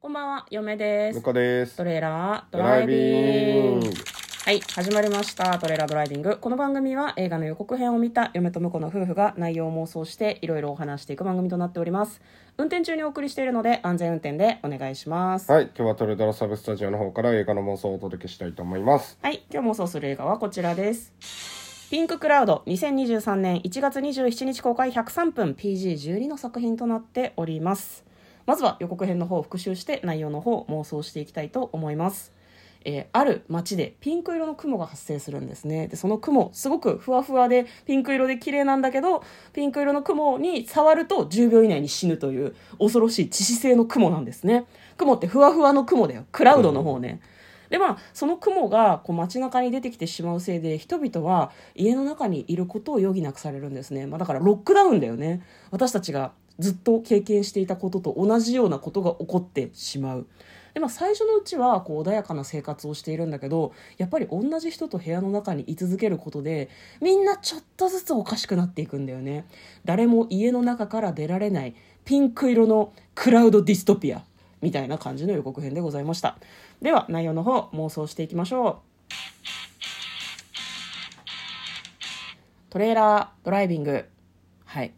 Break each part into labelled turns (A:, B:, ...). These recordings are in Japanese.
A: こんばんは、嫁で
B: ム
A: す。
B: カです
A: トレーラード
B: ド
A: ラ
B: ラ
A: イ
B: イ
A: ビ
B: ビ
A: ン
B: ン
A: グ
B: グ。
A: はい、始まりました。トレーラードライビング。この番組は映画の予告編を見た嫁と婿の夫婦が内容を妄想していろいろお話していく番組となっております。運転中にお送りしているので安全運転でお願いします。はい、
B: はい今日はトレドラサブスタジオの方から映画の妄想をお届けしたいと思います
A: 今日妄想する映画はこちらです。ピンククラウド2023年1月27日公開103分 PG12 の作品となっております。まずは予告編の方を復習して内容の方を妄想していきたいと思います。えーある町でピンク色の雲が発生するんですねでその雲すごくふわふわでピンク色で綺麗なんだけどピンク色の雲に触ると10秒以内に死ぬという恐ろしい致死性の雲なんですね雲ってふわふわの雲だよクラウドの方ね、でまあ、その雲がこう街中に出てきてしまうせいで人々は家の中にいることを余儀なくされるんですね、まあ、だからロックダウンだよね私たちがずっと経験していたことと同じようなことが起こってしまうでまあ、最初のうちはこう穏やかな生活をしているんだけどやっぱり同じ人と部屋の中に居続けることでみんなちょっとずつおかしくなっていくんだよね誰も家の中から出られないピンク色のクラウドディストピアみたいな感じの予告編でございましたでは内容の方妄想していきましょうトレーラードライビングはい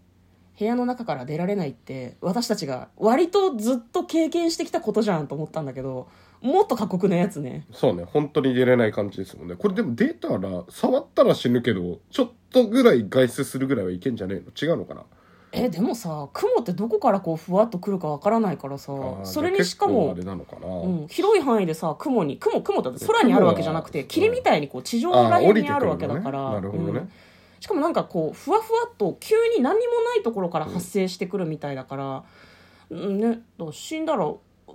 A: 部屋の中から出られないって私たちが割とずっと経験してきたことじゃんと思ったんだけどもっと過酷なやつね
B: そうね本当に出れない感じですもんねこれでも出たら触ったら死ぬけどちょっとぐらい外出するぐらいはいけんじゃねえの違うのかな
A: えでもさ雲ってどこからこうふわっと来るかわからないからさ
B: あー
A: それにしかも
B: じゃあ結構あれなのか
A: う
B: な、
A: ん、広い範囲でさ雲に雲雲ってだって空にあるわけじゃなくて
B: 雲は
A: 霧みたいにこう地上のラインにあるわけだから、
B: あー降りてくるのねなるほどね
A: うんしかもなんかこうふわふわっと急に何もないところから発生してくるみたいだから、うんね、だから死んだら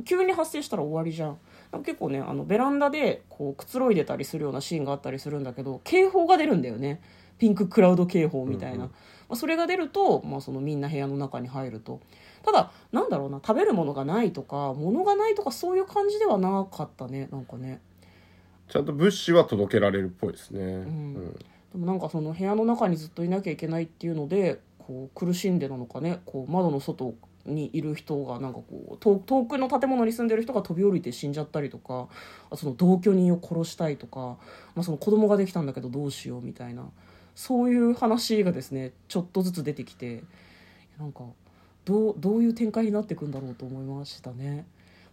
A: 急に発生したら終わりじゃん。なんか結構ねあのベランダでこうくつろいでたりするようなシーンがあったりするんだけど警報が出るんだよねピンククラウド警報みたいな、
B: うんうん
A: まあ、それが出ると、まあ、そのみんな部屋の中に入るとただなんだろうな食べるものがないとか物がないとかそういう感じではなかったねなんかね
B: ちゃんと物資は届けられるっぽいですね、
A: んでもなんかその部屋の中にずっといなきゃいけないっていうのでこう苦しんでなのかねこう窓の外にいる人がなんかこう遠遠くの建物に住んでる人が飛び降りて死んじゃったりとかあその同居人を殺したいとか、まあ、その子供ができたんだけどどうしようみたいなそういう話がですねちょっとずつ出てきてなんかどうどういう展開になっていくんだろうと思いましたね。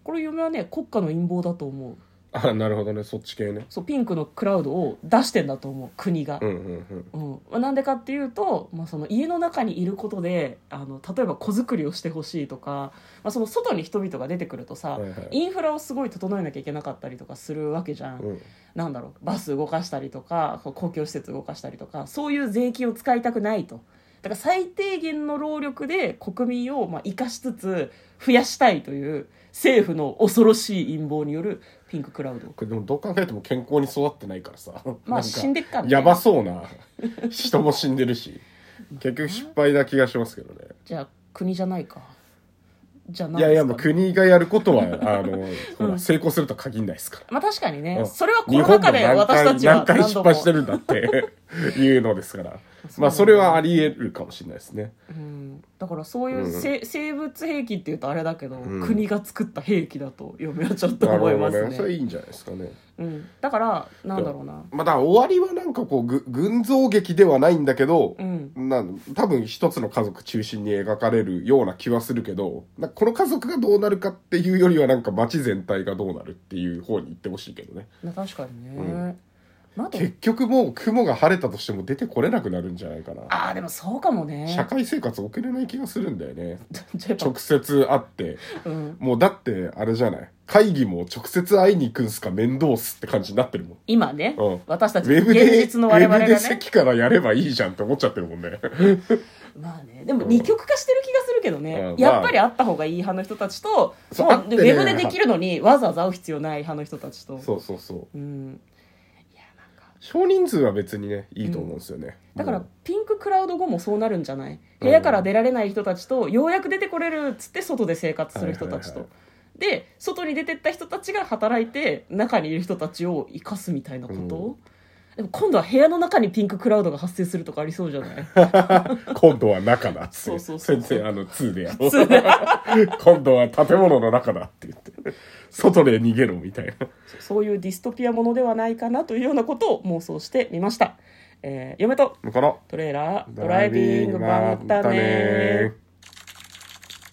A: これ嫁はね国家の陰謀だと思う
B: あなるほどねそっち系ね
A: そうピンクのクラウドを出してんだと思う国が
B: うんうんうん
A: うんまあ、なんでかっていうと、まあ、その家の中にいることであの例えば子作りをしてほしいとか、まあ、その外に人々が出てくるとさ、
B: はいはい、
A: インフラをすごい整えなきゃいけなかったりとかするわけじゃん、
B: うん、
A: なんだろうバス動かしたりとかこう公共施設動かしたりとかそういう税金を使いたくないとだから最低限の労力で国民をまあ生かしつつ増やしたいという政府の恐ろしい陰謀によるピンククラウド
B: これでもどう考えても健康に育ってないからさ
A: ま
B: な
A: あ
B: んか
A: 死んでっからね
B: やばそうな人も死んでるし結局失敗な気がしますけど ね
A: じゃあ国じゃないかじゃあ何
B: い
A: ですかね
B: やいやもう国がやるこ とはあのほ
A: うん
B: ら成功するとは限んないですから、
A: まあ確かにね、
B: うん
A: それはコロナ禍で
B: 日本も
A: 私
B: 何回
A: たちは
B: 何回
A: 何
B: 失
A: 度も
B: 敗してるんだっていうのです からまあそれはあり得るかもしれないですね
A: うん、だからそういうせ、生物兵器っていうとあれだけど、
B: うん
A: 国が作った兵器だと嫁はちょっと思いま
B: な
A: す
B: るほど
A: ね
B: それいいんじゃないですかね
A: うん、だからなんだろうな
B: まあだから終わりはなんかこうぐ群像劇ではないんだけど
A: う、ん
B: なん多分一つの家族中心に描かれるような気はするけどなんかこの家族がどうなるかっていうよりはなんか街全体がどうなるっていう方に行ってほしいけどね
A: な確かにね、
B: うん
A: まあでも
B: 結局もう雲が晴れたとしても出てこれなくなるんじゃないかな
A: ああでもそうかもね
B: 社会生活送れない気がするんだよね
A: じゃあやっ
B: 直接会って
A: ぱうん、
B: もうだってあれじゃない会議も直接会いに行くんすか面倒っすって感じになってるもん
A: 今ね、
B: うん
A: 私た
B: ウ
A: ち
B: ェ
A: 現
B: ブで、
A: 実の我々
B: ウ
A: が
B: ェブで
A: ね
B: 席からやればいいじゃんって思っちゃってるもんね
A: まあねでも二極化してる気がするけどね、
B: うん
A: やっぱりあった方がいい派の人たちと、
B: そう
A: まあ
B: あっ
A: ウ
B: てね
A: ェブでできるのにわざわざ会う必要ない派の人たちと
B: そうそうそう
A: うんいやなんか
B: 少人数は別にねいいと思うんですよね、
A: だから
B: も
A: ピンククラウド後もそうなるんじゃない部屋から出られない人たちとようやく出てこれるっつって外で生活する人たちと、
B: はいはい
A: で外に出てった人たちが働いて中にいる人たちを生かすみたいなこと、でも今度は部屋の中にピンククラウドが発生するとかありそうじゃない
B: 今度は中だっつ
A: そう
B: って
A: そうそう
B: 先生あの2でやろう 今度は建物の中だって言って外で逃げろみたいな
A: そうそういうディストピアものではないかなというようなことを妄想してみました、えー嫁と
B: だから
A: トレーラードライビングまったねー